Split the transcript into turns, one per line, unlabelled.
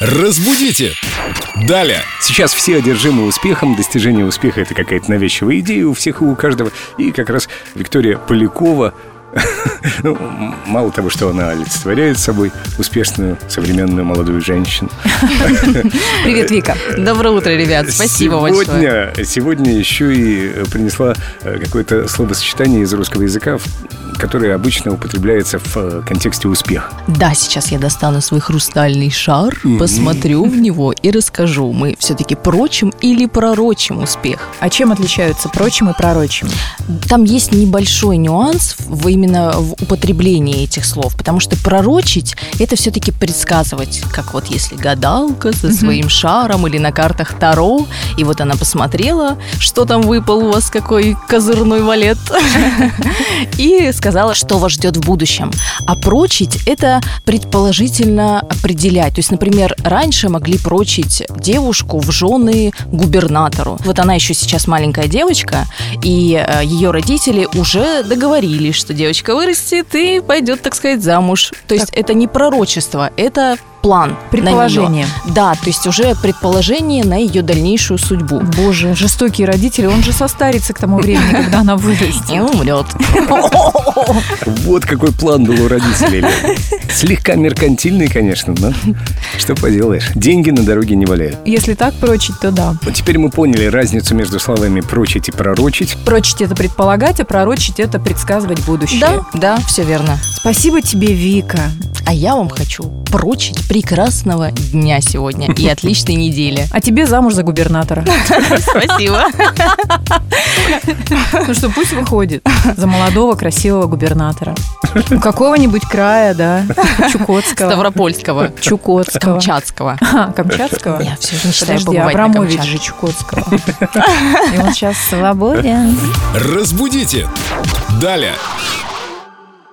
Разбудите! Далее!
Сейчас все одержимы успехом, достижение успеха — это какая-то навязчивая идея у всех и у каждого. И как раз Виктория Полякова, ну, м- мало того, что она олицетворяет собой успешную современную молодую женщину.
Привет, Вика.
Доброе утро, ребят. Спасибо большое.
сегодня, сегодня еще и принесла э, какое-то словосочетание из русского языка, в- которое обычно употребляется в э, контексте успеха.
Да, сейчас я достану свой хрустальный шар, посмотрю в него и расскажу, мы все-таки прочим или пророчим успех.
А чем отличаются прочим и пророчим?
Там есть небольшой нюанс в, именно в употреблении этих слов, потому что пророчить – это все-таки предсказывать, как вот если гадалка со своим шаром или на картах Таро, и вот она посмотрела, что там выпал у вас, какой козырной валет, и сказала, что вас ждет в будущем. А прочить – это предположительно определять. То есть, например, раньше могли прочить девушку в жены губернатору. Вот она еще сейчас маленькая девочка, и э, ее родители уже договорились, что девочка вырастет и пойдет, так сказать, замуж. То есть это не пророчество, это план. на неё.
Предположение.
Да, то есть уже предположение на ее дальнейшую судьбу.
Боже, жестокие родители, он же состарится к тому времени, когда она
И
вырастет.
умрет.
Вот какой план был у родителей. Лена. Слегка меркантильный, конечно, но что поделаешь. Деньги на дороге не валяют.
Если так прочить, то да.
Вот теперь мы поняли разницу между словами «прочить» и «пророчить».
Прочить это предполагать, а пророчить это предсказывать будущее.
Да, да, все верно.
Спасибо тебе, Вика.
А я вам хочу прочить прекрасного дня сегодня и отличной недели.
А тебе замуж за губернатора.
Спасибо.
Ну что, пусть выходит. За молодого, красивого губернатора. Ну, Какого-нибудь края, да. Чукотского.
Ставропольского.
Чукотского.
Камчатского.
А, Камчатского?
Я все же мечтаю
Подожди,
побывать на
Абрамович же
Камчатке.
Чукотского. И он сейчас свободен.
Разбудите! Далее!